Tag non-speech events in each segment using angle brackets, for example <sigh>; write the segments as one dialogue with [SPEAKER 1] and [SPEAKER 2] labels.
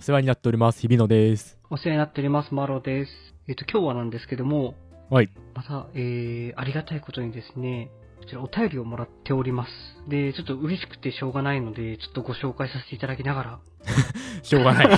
[SPEAKER 1] 世話になっております、日比野です。
[SPEAKER 2] お世話になっております、マロです。えっ、と、今日はなんですけども、
[SPEAKER 1] はい。
[SPEAKER 2] また、えー、ありがたいことにですね、こちらお便りをもらっております。で、ちょっと嬉しくてしょうがないので、ちょっとご紹介させていただきながら。
[SPEAKER 1] しょうが
[SPEAKER 2] <laughs>
[SPEAKER 1] ない。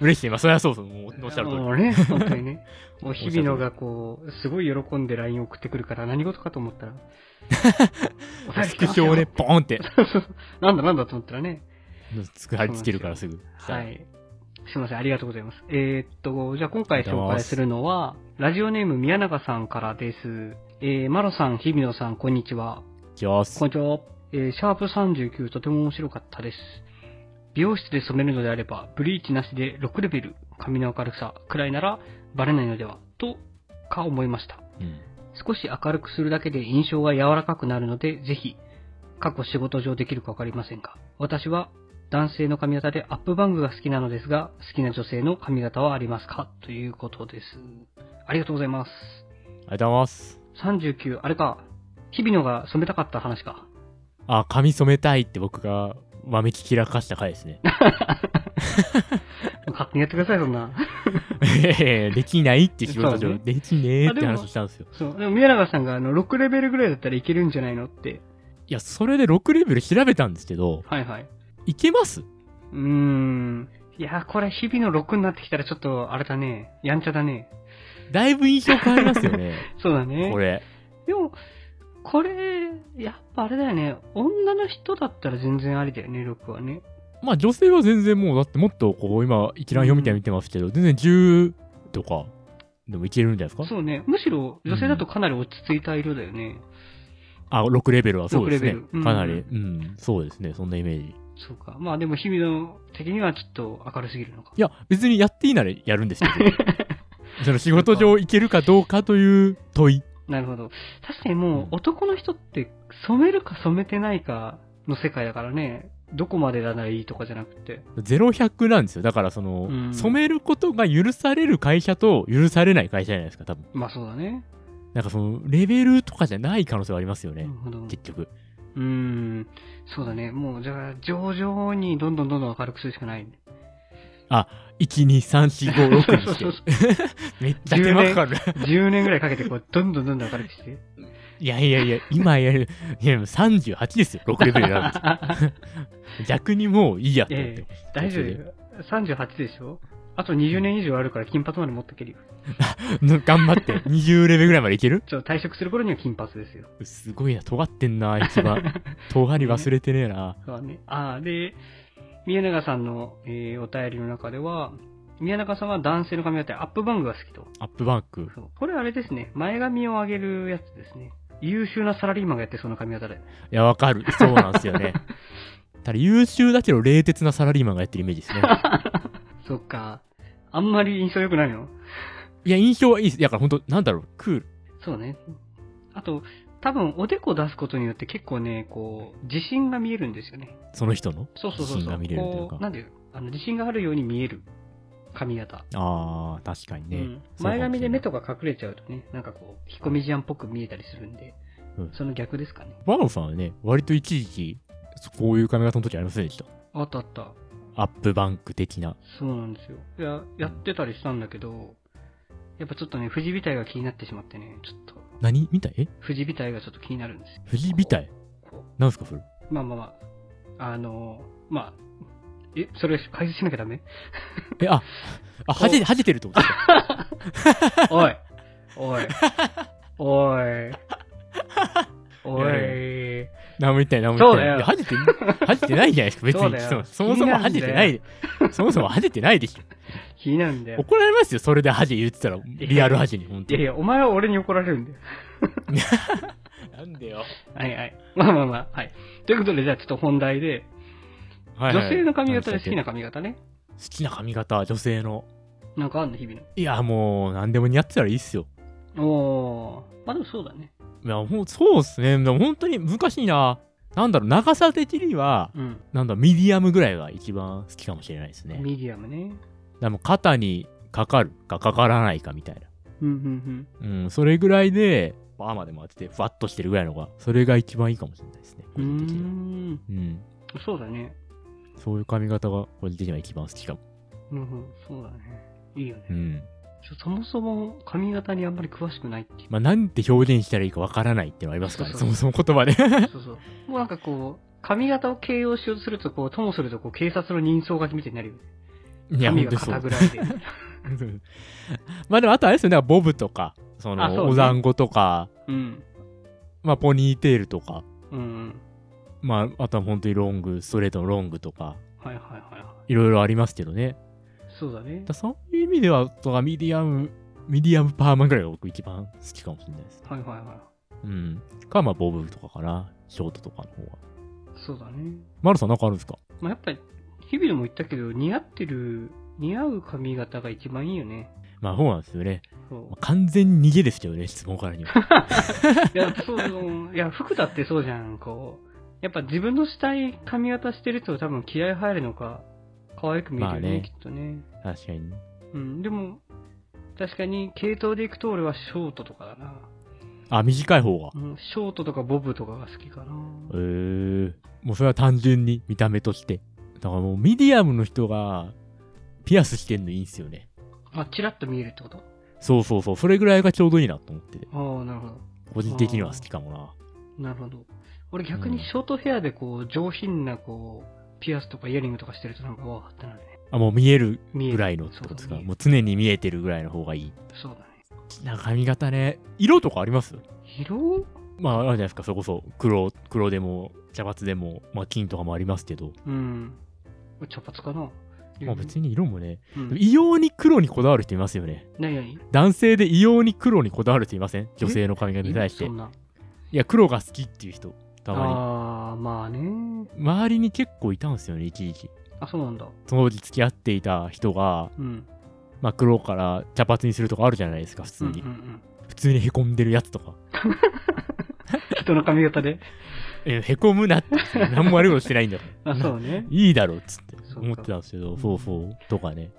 [SPEAKER 1] 嬉しい。まあ、それはそうそう。もう、おっしゃる通り。
[SPEAKER 2] もう
[SPEAKER 1] <laughs>
[SPEAKER 2] ね、本当にね。もう日々のがこう、すごい喜んで LINE 送ってくるから何事かと思
[SPEAKER 1] <laughs>
[SPEAKER 2] ったら。お便り来て
[SPEAKER 1] 副
[SPEAKER 2] ますよ
[SPEAKER 1] 賞をね、。ポーンって、
[SPEAKER 2] <laughs> なんだなんだと思ったらね。
[SPEAKER 1] つく、貼り付けるからすぐ。
[SPEAKER 2] は
[SPEAKER 1] 来
[SPEAKER 2] い。すいません、ありがとうございます。えーっと、じゃあ今回紹介するのは、ラジオネーム宮永さんからです。えー、マロさん、日比野さん、こんにちは。
[SPEAKER 1] た。じゃあ、す
[SPEAKER 2] こんにちは。えー、シャープ39、とても面白かったです。美容室で染めるのであれば、ブリーチなしで6レベル、髪の明るさくらいならバレないのでは、とか思いました。
[SPEAKER 1] うん。
[SPEAKER 2] 少し明るくするだけで印象が柔らかくなるので、ぜひ、過去仕事上できるかわかりませんが、私は男性の髪型でアップバングが好きなのですが、好きな女性の髪型はありますかということです。ありがとうございます。
[SPEAKER 1] ありがとうございます。
[SPEAKER 2] 39、あれか、日々のが染めたかった話か。
[SPEAKER 1] あ、髪染めたいって僕が、豆ききらかした回ですね。 <laughs>
[SPEAKER 2] 勝手にやってください、そんな。
[SPEAKER 1] ええできないって仕事
[SPEAKER 2] そう
[SPEAKER 1] 上、
[SPEAKER 2] ね
[SPEAKER 1] できねえって話をしたんですよ。
[SPEAKER 2] そう。でも宮永さんがあの、6レベルぐらいだったらいけるんじゃないのって。
[SPEAKER 1] いや、それで6レベル調べたんですけど、
[SPEAKER 2] はいはい。
[SPEAKER 1] いけます
[SPEAKER 2] うーん。いやー、これ日々の6になってきたらちょっと、あれだね。やんちゃだね。
[SPEAKER 1] だいぶ印象変わりますよ
[SPEAKER 2] <laughs>
[SPEAKER 1] ね。
[SPEAKER 2] そうだね。
[SPEAKER 1] これ。
[SPEAKER 2] でも、これ、やっぱあれだよね。女の人だったら全然ありだよね、6はね。
[SPEAKER 1] まあ女性は全然もうだってもっとこう今一覧表みたいに見てますけど、全然10とかでもいけるんじゃないですか
[SPEAKER 2] そうね。むしろ女性だとかなり落ち着いた色だよね。
[SPEAKER 1] あ6レベルはそうですね
[SPEAKER 2] 6レベルうん
[SPEAKER 1] かなりうんそうですねそんなイメージい
[SPEAKER 2] そうか。まあでも日々の的にはちょっと明るすぎるのか。
[SPEAKER 1] や別にやっていいならやるんですけ
[SPEAKER 2] <laughs>
[SPEAKER 1] どその仕事上いけるかどうかという問い
[SPEAKER 2] なるほど。確かにも
[SPEAKER 1] うん
[SPEAKER 2] う男の人って染めるか染めてないかの世界だからね。どこまでならいいとかじゃなくて。
[SPEAKER 1] 0100なんですよだからその、
[SPEAKER 2] うん
[SPEAKER 1] 染めることが許される会社と許されない会社じゃないですか多分
[SPEAKER 2] まあそうだね。
[SPEAKER 1] なんかそのレベルとかじゃない可能性はありますよ
[SPEAKER 2] な
[SPEAKER 1] ね
[SPEAKER 2] る、ほど。
[SPEAKER 1] 結局
[SPEAKER 2] うーん。そうだね。もうじゃあ、徐々にどんどんどんどん明るくするしかない、ね。
[SPEAKER 1] 12345にして
[SPEAKER 2] <laughs> そうそう
[SPEAKER 1] めっちゃ手間かかる
[SPEAKER 2] 10年ぐらいかけてこう、どんどんどんどん明るくして。
[SPEAKER 1] いやいやいや、今やる、いや、38ですよ、6レベルなん <laughs> です。逆にもういいやって思って。
[SPEAKER 2] 大丈夫だよ。38でしょあと20年以上あるから金髪まで持ってけるよ。
[SPEAKER 1] 頑張って、20レベルぐらいまでいける
[SPEAKER 2] ちょっと退職する頃には金髪ですよ。
[SPEAKER 1] すごいな、尖ってんな、一 <laughs> 番。尖り忘れてねえな。
[SPEAKER 2] そうだね。ああ、で、宮永さんの、えーお便りの中では、宮永さんは男性の髪型、アップバングが好きと。
[SPEAKER 1] アップバンク。
[SPEAKER 2] そうこれあれですね。前髪を上げるやつですね。優秀なサラリーマンがやってそうな髪型だよね。
[SPEAKER 1] いや、わかる。そうなんですよね。ただ優秀だけど冷徹なサラリーマンがやってるイメージですね。
[SPEAKER 2] そっか。あんまり印象良くないの
[SPEAKER 1] いや、印象はいいです。だから本当なんだろう、クール。
[SPEAKER 2] そうね。あと、多分、おでこ出すことによって結構ね、こう、自信が見えるんですよね。
[SPEAKER 1] その人の。
[SPEAKER 2] そうそうそ
[SPEAKER 1] 自
[SPEAKER 2] うそう。
[SPEAKER 1] 信が見れるというか
[SPEAKER 2] こなんで、あの、自信があるように見える髪型。
[SPEAKER 1] あー、確かに
[SPEAKER 2] う
[SPEAKER 1] ね。
[SPEAKER 2] ん
[SPEAKER 1] そうかもしれない
[SPEAKER 2] 前髪で目とか隠れちゃうとね、なんかこう、引っ込み思案っぽく見えたりするんで、
[SPEAKER 1] うん
[SPEAKER 2] その逆ですかね。
[SPEAKER 1] ワオさんはね、割と一時期、こういう髪型の時ありませんでした。
[SPEAKER 2] あったあった。
[SPEAKER 1] アップバンク的な。
[SPEAKER 2] そうなんですよ。いや、やってたりしたんだけど、やっぱちょっとね、藤タイが気になってしまってね、ちょっと、
[SPEAKER 1] 何みたいえ
[SPEAKER 2] 藤タイがちょっと気になるんですよ。
[SPEAKER 1] 富士美体
[SPEAKER 2] こ
[SPEAKER 1] なんすかそれ
[SPEAKER 2] うまあまあまあ、あの、まあ、え、それ解説しなきゃダメ
[SPEAKER 1] え、あ、あ、はじ、はじてるってことですか
[SPEAKER 2] <laughs> おいおいおい
[SPEAKER 1] い
[SPEAKER 2] お
[SPEAKER 1] や
[SPEAKER 2] い
[SPEAKER 1] 何も言ってない、何も言ってない。
[SPEAKER 2] そうだよ
[SPEAKER 1] いやはじて、はじてないじゃないですか、別
[SPEAKER 2] そう
[SPEAKER 1] に。
[SPEAKER 2] だよ
[SPEAKER 1] そそもそもはじてないで。そもそもはじてないでしょ。
[SPEAKER 2] 気になるんだよ。
[SPEAKER 1] 怒られますよ、それではじ言ってたら。リアルはじに、本
[SPEAKER 2] い
[SPEAKER 1] 当
[SPEAKER 2] やい
[SPEAKER 1] に。
[SPEAKER 2] や、お前は俺に怒られるんだよ。
[SPEAKER 1] なんでよ。
[SPEAKER 2] はいはい。まあまあまあ。はい。ということで、じゃあちょっと本題で、
[SPEAKER 1] はいはい
[SPEAKER 2] 女性の髪型で好きな髪型ね。
[SPEAKER 1] 好きな髪型、女性の。
[SPEAKER 2] なんかあんの、日々
[SPEAKER 1] いや、もう、何でも似合ってたらいいっすよ。
[SPEAKER 2] の。おー。まあでもそうだね。
[SPEAKER 1] いや、ほんそうっすね。でも本当に難しいな。なんだろう、長さ的には、
[SPEAKER 2] うん。
[SPEAKER 1] なんだろう、ミディアムぐらいが一番好きかもしれないですね。
[SPEAKER 2] ミディアムね。
[SPEAKER 1] でもう肩にかかるかかからないかみたいな。
[SPEAKER 2] うんうん
[SPEAKER 1] うん、それぐらいで、パーマでも当てて、ふわっとしてるぐらいのが、それが一番いいかもしれないですね。個
[SPEAKER 2] うん。うー
[SPEAKER 1] 人的には。
[SPEAKER 2] ん。
[SPEAKER 1] うん。
[SPEAKER 2] そうだね。
[SPEAKER 1] そういう髪型が、個人的には一番好きかも。
[SPEAKER 2] うんうん、そうだね。いいよね。
[SPEAKER 1] うん。
[SPEAKER 2] ちょそもそも髪型にあんまり詳しくないっていう。
[SPEAKER 1] まあ、なんて表現したらいいかわからないっていうのはありますからね。
[SPEAKER 2] そう
[SPEAKER 1] そ
[SPEAKER 2] そう
[SPEAKER 1] もそも言葉で。
[SPEAKER 2] <laughs> そうそう。もうなんかこう、髪型を形容しようとすると、こう、ともすると、こう、警察の人相書きみたいになるよね。
[SPEAKER 1] いや、
[SPEAKER 2] 髪
[SPEAKER 1] 本
[SPEAKER 2] が
[SPEAKER 1] 当にそう
[SPEAKER 2] 肩。ぐらいで。
[SPEAKER 1] うんまあでも、あとあれですよね、ボブとか、そ
[SPEAKER 2] あそう
[SPEAKER 1] の、
[SPEAKER 2] ね
[SPEAKER 1] お団子とか、
[SPEAKER 2] うん。
[SPEAKER 1] まあ、ポニーテールとか、
[SPEAKER 2] うん。
[SPEAKER 1] まあ、あとは本当にロング、ストレートのロングとか、
[SPEAKER 2] はいはいはいはい
[SPEAKER 1] ろいろありますけどね。
[SPEAKER 2] い。そうだね
[SPEAKER 1] だ。そういう意味では、とかミディアム、ミディアムパーマぐらいが僕一番好きかもしれないです。
[SPEAKER 2] はいはいは
[SPEAKER 1] うん。か、まあ、ボブとかかな。ショートとかの方は。
[SPEAKER 2] い。そうだね。
[SPEAKER 1] マルさん、なんかあるんですか
[SPEAKER 2] まあ、やっぱり、日々でも言ったけど、似合ってる、似合う髪型が一番いいよね。
[SPEAKER 1] まあ、そうなんですよね。
[SPEAKER 2] そう
[SPEAKER 1] まあ、。完全に逃げですけどね、質問からに <laughs> は。
[SPEAKER 2] いや、そうそう、いや、服だってそうじゃん、こう。やっぱ自分のしたい髪型してると多分気合入るのか、可愛く見えるよね、
[SPEAKER 1] まあね
[SPEAKER 2] きっとね。
[SPEAKER 1] 確かに。
[SPEAKER 2] うん、でも、確かに系統でいくと俺はショートとかだな。
[SPEAKER 1] あ、短い方が。
[SPEAKER 2] うん、ショートとかボブとかが好きかな。
[SPEAKER 1] えー、もうそれは単純に見た目として。だからもうミディアムの人がピアスしてんのいいんすよね。
[SPEAKER 2] あ、チラッと見えるってこと
[SPEAKER 1] そうそうそう、それぐらいがちょうどいいなと思ってて、
[SPEAKER 2] ああ、なるほど。
[SPEAKER 1] 個人的には好きかもな。
[SPEAKER 2] なるほど。俺逆
[SPEAKER 1] う
[SPEAKER 2] に
[SPEAKER 1] ん
[SPEAKER 2] ショートヘアでこう、上品なこう、ピアスとかイヤリングとかしてるとなんかわーってなるね。
[SPEAKER 1] あ、もう見える
[SPEAKER 2] 見え
[SPEAKER 1] ぐ
[SPEAKER 2] る。
[SPEAKER 1] らいのってことですか。
[SPEAKER 2] そう
[SPEAKER 1] もう常に見えてるぐらいの方がいい。
[SPEAKER 2] そうだね。
[SPEAKER 1] なんか髪型ね、色とかあります
[SPEAKER 2] 色
[SPEAKER 1] まああるじゃないですか、それこそ黒、黒でも、茶髪でも、まあ金とかもありますけど、
[SPEAKER 2] うん。茶髪かな
[SPEAKER 1] まあ別に色もね、
[SPEAKER 2] うん、
[SPEAKER 1] 異様に黒にこだわる人いますよね。
[SPEAKER 2] 何何
[SPEAKER 1] 男性で異様に黒にこだわる人いません女性の髪型に対して
[SPEAKER 2] そ。んない
[SPEAKER 1] や、黒が好きっていう人、たま
[SPEAKER 2] ああまあね
[SPEAKER 1] に。周りに結構いたんですよね、一時期。
[SPEAKER 2] あそうなんだ
[SPEAKER 1] 当時付き合っていた人が、
[SPEAKER 2] うん
[SPEAKER 1] まあ、黒から茶髪にするとかあるじゃないですか、普通
[SPEAKER 2] うんうん
[SPEAKER 1] に。
[SPEAKER 2] うん <laughs>
[SPEAKER 1] 普通に凹んでるやつとか。
[SPEAKER 2] 人の髪型で
[SPEAKER 1] え、凹むなって。何も悪いことしてないんだから。
[SPEAKER 2] あそうね
[SPEAKER 1] いいだろうっつって
[SPEAKER 2] そうか
[SPEAKER 1] 思ってたんですけど、そうそう。とかね。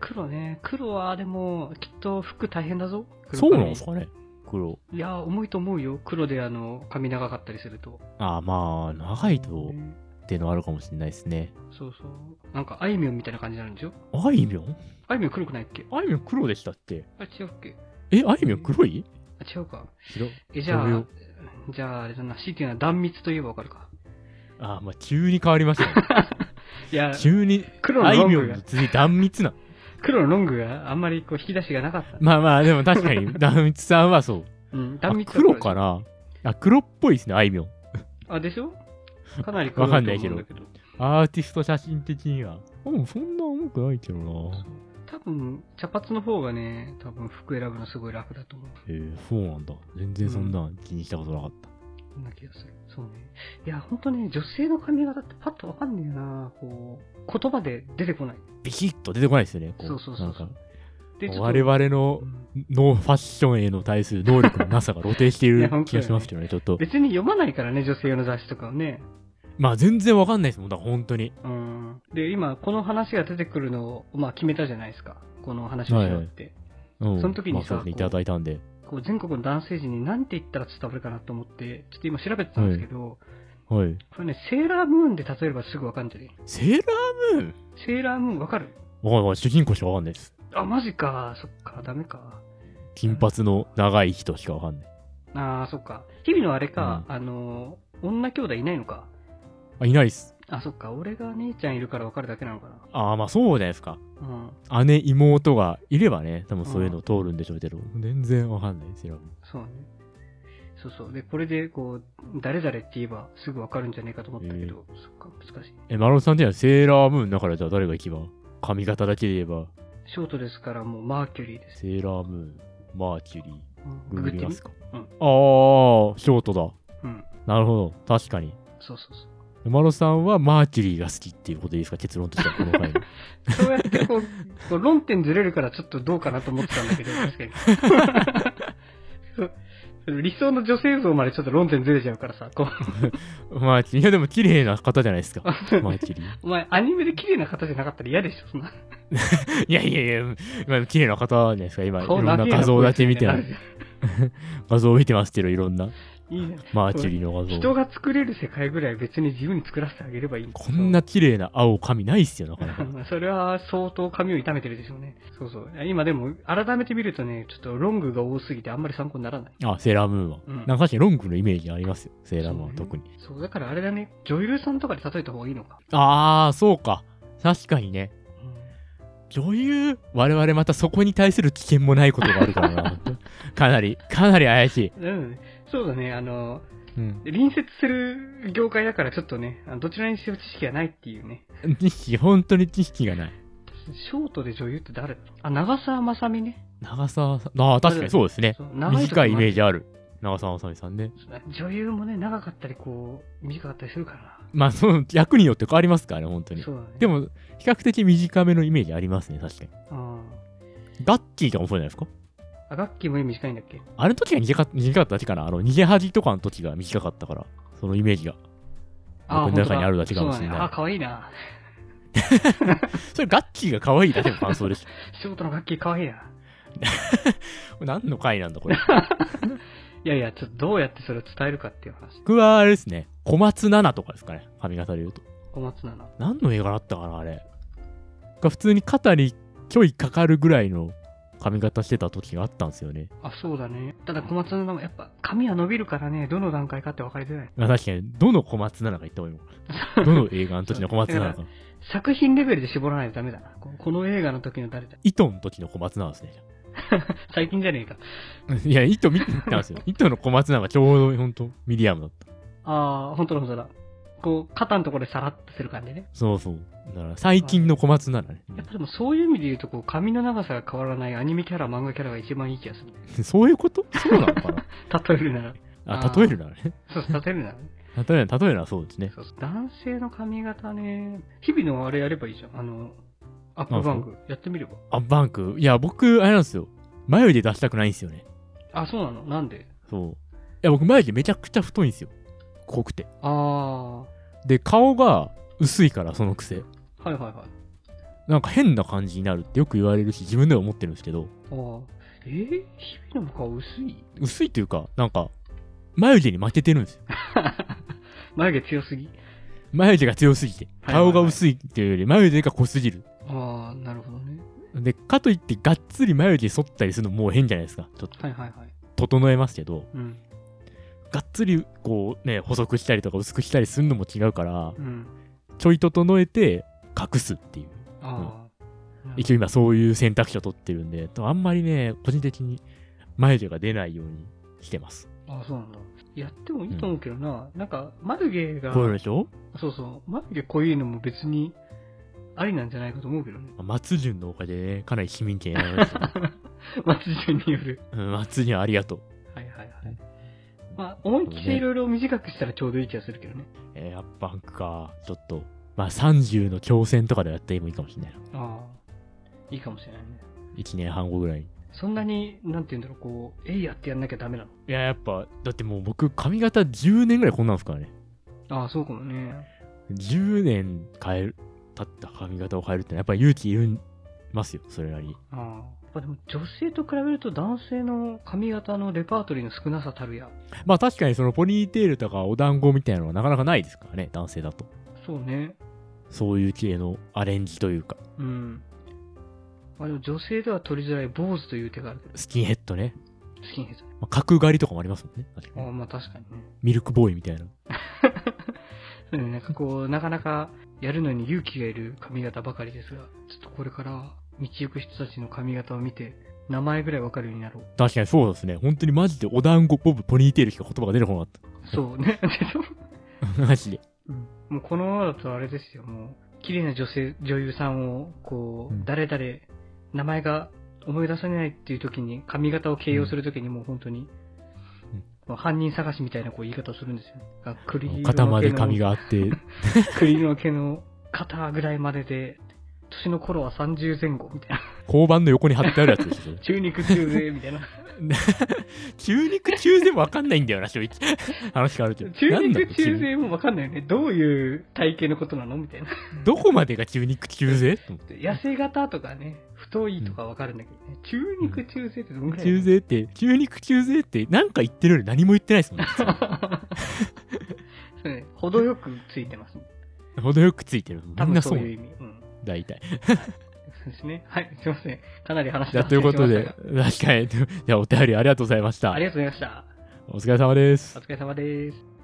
[SPEAKER 2] 黒ね黒はでもきっと服大変だぞ黒
[SPEAKER 1] そう
[SPEAKER 2] 髪
[SPEAKER 1] なんですかね黒。
[SPEAKER 2] いや重いと思うよ黒であの髪長かったりすると
[SPEAKER 1] ああ、まあ、長いと
[SPEAKER 2] ね
[SPEAKER 1] ってのあるかもしれないですね。
[SPEAKER 2] そうそうなんかあいみょんみたいな感じになるんでしょ
[SPEAKER 1] あいみょん
[SPEAKER 2] あいみょん黒くないっけ
[SPEAKER 1] あいみょん黒でしたっけ
[SPEAKER 2] あ違うっけ
[SPEAKER 1] え、あいみょん黒い
[SPEAKER 2] あ違うか
[SPEAKER 1] 白。
[SPEAKER 2] えじゃ
[SPEAKER 1] そう
[SPEAKER 2] あ
[SPEAKER 1] よ
[SPEAKER 2] じゃああれだな C っていうのは断蜜といえばわかるか
[SPEAKER 1] ああ、まあ、急に変わりました <laughs> ね。
[SPEAKER 2] いや
[SPEAKER 1] 急に、
[SPEAKER 2] 黒の
[SPEAKER 1] あい
[SPEAKER 2] ロン
[SPEAKER 1] みょ
[SPEAKER 2] グ
[SPEAKER 1] ん
[SPEAKER 2] が
[SPEAKER 1] に次い断密なの
[SPEAKER 2] 黒のロングがあんまりこう引き出しがなかった
[SPEAKER 1] まあまあ、でも確か <laughs> に、ダンミツさんはそう。
[SPEAKER 2] うん
[SPEAKER 1] あ
[SPEAKER 2] 断蜜は
[SPEAKER 1] 黒
[SPEAKER 2] でしょ
[SPEAKER 1] かなあ、黒っぽいですね、あいみょん。
[SPEAKER 2] あ、でしょかなり
[SPEAKER 1] わかんないけど
[SPEAKER 2] 黒だと思うんだ
[SPEAKER 1] アーティスト写真的には。うん、そんな重くないけどな。
[SPEAKER 2] けど多分、茶髪の方がね、多分服選ぶのすごい楽だと思
[SPEAKER 1] えー、そうなんだ。全然そんな気にしたことなかっ
[SPEAKER 2] う。そんな気がする。そうね。いや、ほんとね、女性の髪型ってパッとわかんねえなこう、言葉で出てこない。
[SPEAKER 1] た。ビキッと出てこないですよね。こ
[SPEAKER 2] そうそうそうそう
[SPEAKER 1] なんか、
[SPEAKER 2] で、ちょっと
[SPEAKER 1] 我々の
[SPEAKER 2] うん
[SPEAKER 1] ノーファッションへの対する能力のなさが露呈してい
[SPEAKER 2] い
[SPEAKER 1] る
[SPEAKER 2] や本当
[SPEAKER 1] 気
[SPEAKER 2] だよね
[SPEAKER 1] がしますけどね、ちょっと。
[SPEAKER 2] 別に読まないからね、女性用の雑誌とかをね。
[SPEAKER 1] まあ、全然わかんないですもん、だから本当に。
[SPEAKER 2] うん。で、今、この話が出てくるのを、まあ、決めたじゃないですか。この話をしようって。
[SPEAKER 1] うん。
[SPEAKER 2] その時にさ
[SPEAKER 1] まあ、そうですね、い
[SPEAKER 2] こう
[SPEAKER 1] ただいたんで。
[SPEAKER 2] こう、全国の男性陣に何て言ったら伝わるかなと思って、ちょっと今調べてたんですけど、
[SPEAKER 1] はい。
[SPEAKER 2] これね、セーラームーンで例えればすぐわかんじゃね
[SPEAKER 1] セーラームーン
[SPEAKER 2] セーラームーンわかる
[SPEAKER 1] わかんない、主人公しかわかんないです。
[SPEAKER 2] あ、マジか。そっか、ダメか。
[SPEAKER 1] 金髪の長い人しかわかんない。
[SPEAKER 2] あー、そっか。日々のあれか、あのー、女兄弟いないのか。
[SPEAKER 1] あ、いないっす。
[SPEAKER 2] あ、そっか。俺が姉ちゃんいるからわかるだけなのか
[SPEAKER 1] ああ、まあそうじゃないですか。
[SPEAKER 2] な。うん。
[SPEAKER 1] 姉、妹がいればね、多分そういうの通るんでしょうけど、全然わかんないですよ。
[SPEAKER 2] そうね。そうそう。で、これで、こう、誰々って言えばすぐわかるんじゃねえかと思ったけど、そっか、難しい。
[SPEAKER 1] え、マロンさんじゃセーラームーンだからじゃあ誰が一番髪型だけで言えば、
[SPEAKER 2] ショートですから、もうマーキュリーです。
[SPEAKER 1] セーラームーン、マーキュリー、
[SPEAKER 2] うん
[SPEAKER 1] ググ
[SPEAKER 2] ググ
[SPEAKER 1] っ
[SPEAKER 2] ってて
[SPEAKER 1] ま
[SPEAKER 2] み
[SPEAKER 1] すか。
[SPEAKER 2] うん
[SPEAKER 1] ああ、ショートだ。
[SPEAKER 2] うん。
[SPEAKER 1] なるほど、確かに。
[SPEAKER 2] そうそうそ
[SPEAKER 1] マロさんはマーキュリーが好きっていうことでいいですか結論としてはこの回の。
[SPEAKER 2] う。そうやってこう、こう論点ずれるからちょっとどうかなと思ってたんだけど、確かに。そう理想の女性像までちょっと論点ずれちゃうからさ、こ
[SPEAKER 1] <laughs>
[SPEAKER 2] う。
[SPEAKER 1] マーキュリー、いやでも綺麗な方じゃない <laughs> ですか。マーキュリー。
[SPEAKER 2] お前、アニメで綺麗な方じゃなかったら嫌でしょ、そんな。
[SPEAKER 1] いやいやいや、今綺麗な方じゃないですか。今、い
[SPEAKER 2] 顔
[SPEAKER 1] ろんな
[SPEAKER 2] 長えな
[SPEAKER 1] 画像だけ見て
[SPEAKER 2] こ
[SPEAKER 1] ないい
[SPEAKER 2] つみたいになる
[SPEAKER 1] 画像を見てますけど、いろんな。
[SPEAKER 2] <laughs> いいね。
[SPEAKER 1] マーチュリーの画
[SPEAKER 2] 人
[SPEAKER 1] 像。
[SPEAKER 2] が作れる世界ぐらい別に自由に作らせてあげればいい
[SPEAKER 1] こんな綺麗な青髪ないっすよ、なかなか。
[SPEAKER 2] <laughs> まあそれは相当髪を痛めてるでしょうね。そうそう。今でも、改めて見るとね、ちょっとロングが多すぎてあんまり参考にならない。
[SPEAKER 1] あ、セーラームーンは。
[SPEAKER 2] うん
[SPEAKER 1] なんか確かにロングのイメージありますよ、セーラームーンは
[SPEAKER 2] そうね
[SPEAKER 1] 特に。
[SPEAKER 2] そう、だからあれだね、女優さんとかで例えた方がいいのか。
[SPEAKER 1] あー、そうか。確かにね。
[SPEAKER 2] う
[SPEAKER 1] 女優我々またそこに対する危険もないことがあるからな。 <laughs> かなり、かなり怪しい。
[SPEAKER 2] ん。うん、そうだね、あの、
[SPEAKER 1] うん。
[SPEAKER 2] 隣接する業界だからちょっとね、あのどちらにしろ知識がないっていうね。
[SPEAKER 1] 知識、本当に知識がない。
[SPEAKER 2] ショートで女優って誰だあ、長澤まさみね。
[SPEAKER 1] 長澤さん、ああ、確かにそうですね
[SPEAKER 2] そ。う
[SPEAKER 1] 短いイメー
[SPEAKER 2] ジ。
[SPEAKER 1] ジある。長澤まさみさんね。
[SPEAKER 2] 女優もね、長かったり、こう、短かったりするからな。
[SPEAKER 1] まあ、その役によって変わりますからね、本当に。
[SPEAKER 2] そうだね。
[SPEAKER 1] で
[SPEAKER 2] も、
[SPEAKER 1] も、比較的短めのイメージありますね、確かに。ガッキーとかもそうじゃないですか
[SPEAKER 2] あ、楽器も短いんだっけ
[SPEAKER 1] あの時が短か短かっただけかな。あの、逃げ恥とかの時が短かったから、そのイメージが。僕の中にあるだけかもしれない
[SPEAKER 2] そうだね、あ、可愛いな。
[SPEAKER 1] それガッキーが可愛いだけの感想です。
[SPEAKER 2] ショートの楽器可愛いな。
[SPEAKER 1] <laughs> これ何の回なんだ、これ。
[SPEAKER 2] いやいや、ちょっとどうやってそれを伝えるかっていう話。
[SPEAKER 1] 僕はあれですね、小松菜奈とかですかね、髪型で言うと。
[SPEAKER 2] 小松菜奈。
[SPEAKER 1] 何の映画だったかな、あれ。が普通に肩にちょいかかるぐらいの髪型してた時があったんですよね。
[SPEAKER 2] あ、そうだね。ただ小松菜奈もやっぱ髪は伸びるからね、どの段階かって分かりづらい。
[SPEAKER 1] まあ確かに、どの小松菜奈か言った方がいいのかなどの映画の時の小松菜奈か。
[SPEAKER 2] 作品レベルで絞らないとダメだな。ここの映画の時の誰だ
[SPEAKER 1] 糸の時の小松菜奈ですね。
[SPEAKER 2] 最近じゃねえか。
[SPEAKER 1] いや、糸見てたんですよ。糸の小松菜がちょうど、ほんと、ミディアムだった。
[SPEAKER 2] あー、本当だ本当だ。こう、肩のところでサラッとする感じね。
[SPEAKER 1] そうそう。だから、最近の小松菜だね。
[SPEAKER 2] <laughs> やっぱでもそういう意味で言うと、こう、髪の長さが変わらないアニメキャラ、漫画キャラが一番いい気がする。
[SPEAKER 1] そういうことそうなのかな
[SPEAKER 2] 例えるなら。
[SPEAKER 1] あ、例えるならね。
[SPEAKER 2] そうそう、例えるならね。
[SPEAKER 1] 例えるなら、例えるならそうですね。
[SPEAKER 2] そうそう男性の髪型ね、日々のあれやればいいじゃん。あの、アップバンク。やってみれば。
[SPEAKER 1] あ、バンク。いや、僕、あれなんですよ。眉毛出したくないんですよね。
[SPEAKER 2] あ、そうなのなんで
[SPEAKER 1] そう。いや、僕、眉毛めちゃくちゃ太いんですよ。濃くて。
[SPEAKER 2] あ
[SPEAKER 1] で、顔が薄いから、そのくせ。
[SPEAKER 2] ー、はいはいはい。
[SPEAKER 1] なんか変な感じになるってよく言われるし、自分では思ってるんですけど、
[SPEAKER 2] あーえー、日々の顔薄い <laughs>
[SPEAKER 1] 薄いというか、なんか、眉毛に負けてるんですよ。
[SPEAKER 2] 眉毛強すぎ
[SPEAKER 1] 眉毛が強すぎて。
[SPEAKER 2] はいはいは
[SPEAKER 1] 顔
[SPEAKER 2] い
[SPEAKER 1] が薄いっていうより、眉毛が濃すぎる。
[SPEAKER 2] ああ、なるほどね。
[SPEAKER 1] で、かといって、がっつり眉毛剃ったりするのもう変じゃないですか。ちょっと、
[SPEAKER 2] はいはいはい。
[SPEAKER 1] 整えますけど、
[SPEAKER 2] うん。
[SPEAKER 1] がっつり、こうね、細くしたりとか薄くしたりするのも違うから、
[SPEAKER 2] うん。
[SPEAKER 1] ちょい整えて、隠すっていう。
[SPEAKER 2] ああ。
[SPEAKER 1] 一応今そういう選択肢を取ってるんで、あんまりね、個人的に眉毛が出ないようにしてます。
[SPEAKER 2] ああ、そうなんだ。やってもいいと思うけどな。なんか、眉毛が、
[SPEAKER 1] こういうのでしょ
[SPEAKER 2] そうそう、眉毛濃いのも別に、ありなんじゃないかと思うけどね。
[SPEAKER 1] 松潤のおかげで、ね、かなり市民権得られ
[SPEAKER 2] <laughs>
[SPEAKER 1] <laughs> ましたね、
[SPEAKER 2] 松潤による。
[SPEAKER 1] うん松潤ありがとう。
[SPEAKER 2] はいはいはい。まあ、思いっきりいろいろ短くしたらちょうどいい気がするけどね。
[SPEAKER 1] えー、アップバンクか、ちょっと。まあ30の挑戦とかでやってもいいかもしれないな。
[SPEAKER 2] ああ。いいかもしれないね。
[SPEAKER 1] 1年半後ぐらいに。
[SPEAKER 2] そんなに、なんて言うんだろう、こう、えいやってやんなきゃダメなの
[SPEAKER 1] いや、やっぱ、だってもう僕、髪型10年ぐらいこんなんですからね。
[SPEAKER 2] ああ、そうかもね。
[SPEAKER 1] 10年変える、経った髪型を変えるってのは、やっぱり勇気いるんますよ、それなりに。
[SPEAKER 2] ああ。やっぱでも女性と比べると男性の髪型のレパートリーの少なさたるや。
[SPEAKER 1] まあ確かにそのポニーテールとかお団子みたいなのはなかなかないですからね、男性だと。
[SPEAKER 2] そうね。
[SPEAKER 1] そういう系のアレンジというか、
[SPEAKER 2] うん。まあでも女性では取りづらい坊主という手があるけど、
[SPEAKER 1] スキンヘッドね。
[SPEAKER 2] スキンヘッ
[SPEAKER 1] まあ、角刈りとかもありますもんね。確か
[SPEAKER 2] ド。ああ、
[SPEAKER 1] に
[SPEAKER 2] まあ確かにね。
[SPEAKER 1] ミルクボーイみたいな。
[SPEAKER 2] そう <laughs> ねなんかこう、なかなかやるのに勇気がいる髪型ばかりですが、ちょっとこれから道行く人たちの髪型を見て、名前ぐらいわかるようになろう。
[SPEAKER 1] 確かにそうですね。本当にマジでお団子ボブポニーテールしか言葉が出る方だっ
[SPEAKER 2] そうね。でしょ
[SPEAKER 1] た。 <laughs> マジで。
[SPEAKER 2] もうこのままだとあれですよ、もう、綺麗な女性、女優さんを、こ
[SPEAKER 1] うん
[SPEAKER 2] う、誰々、名前が思い出されないっていう時に、髪型を形容する時にもう本当に、もう犯人探しみたいなこう言い方をするんですよ。あクリームの毛の
[SPEAKER 1] 肩まで髪があって、
[SPEAKER 2] クリームの毛の肩ぐらいまでで、ち年の頃は30前後みたいな。。
[SPEAKER 1] 交番の横に貼ってあるやつですよ
[SPEAKER 2] <laughs> 中肉中背みたいな。
[SPEAKER 1] 中肉中背もわかんないんだよな、正直。話変わるけど。
[SPEAKER 2] 中
[SPEAKER 1] なんだろ
[SPEAKER 2] 肉
[SPEAKER 1] う
[SPEAKER 2] 中背もわかんないよね。どういう体型のことなのみたいな。
[SPEAKER 1] どこまでが中肉中背と思って
[SPEAKER 2] 痩せ型とかね、太いとかわかるんだけどね。中肉中背ってどんぐらい
[SPEAKER 1] 中背って、中肉中背って、なんか言ってるより何も言ってないですもんね。
[SPEAKER 2] <laughs> そうね、程よくついてますね。
[SPEAKER 1] 程よくついてる。み
[SPEAKER 2] 多
[SPEAKER 1] ん
[SPEAKER 2] 分
[SPEAKER 1] なそ
[SPEAKER 2] そう
[SPEAKER 1] う
[SPEAKER 2] いう意味。うん。
[SPEAKER 1] 大体。
[SPEAKER 2] そうですね。はい、すいません。かなり話
[SPEAKER 1] じゃ
[SPEAKER 2] が
[SPEAKER 1] あ、ということ
[SPEAKER 2] <laughs> 脱線し
[SPEAKER 1] で
[SPEAKER 2] まし、
[SPEAKER 1] <laughs> 確かに、じゃあお便りありがとうございました
[SPEAKER 2] たがあ。りがとうございました。
[SPEAKER 1] お疲れ様です
[SPEAKER 2] お。疲れ様です。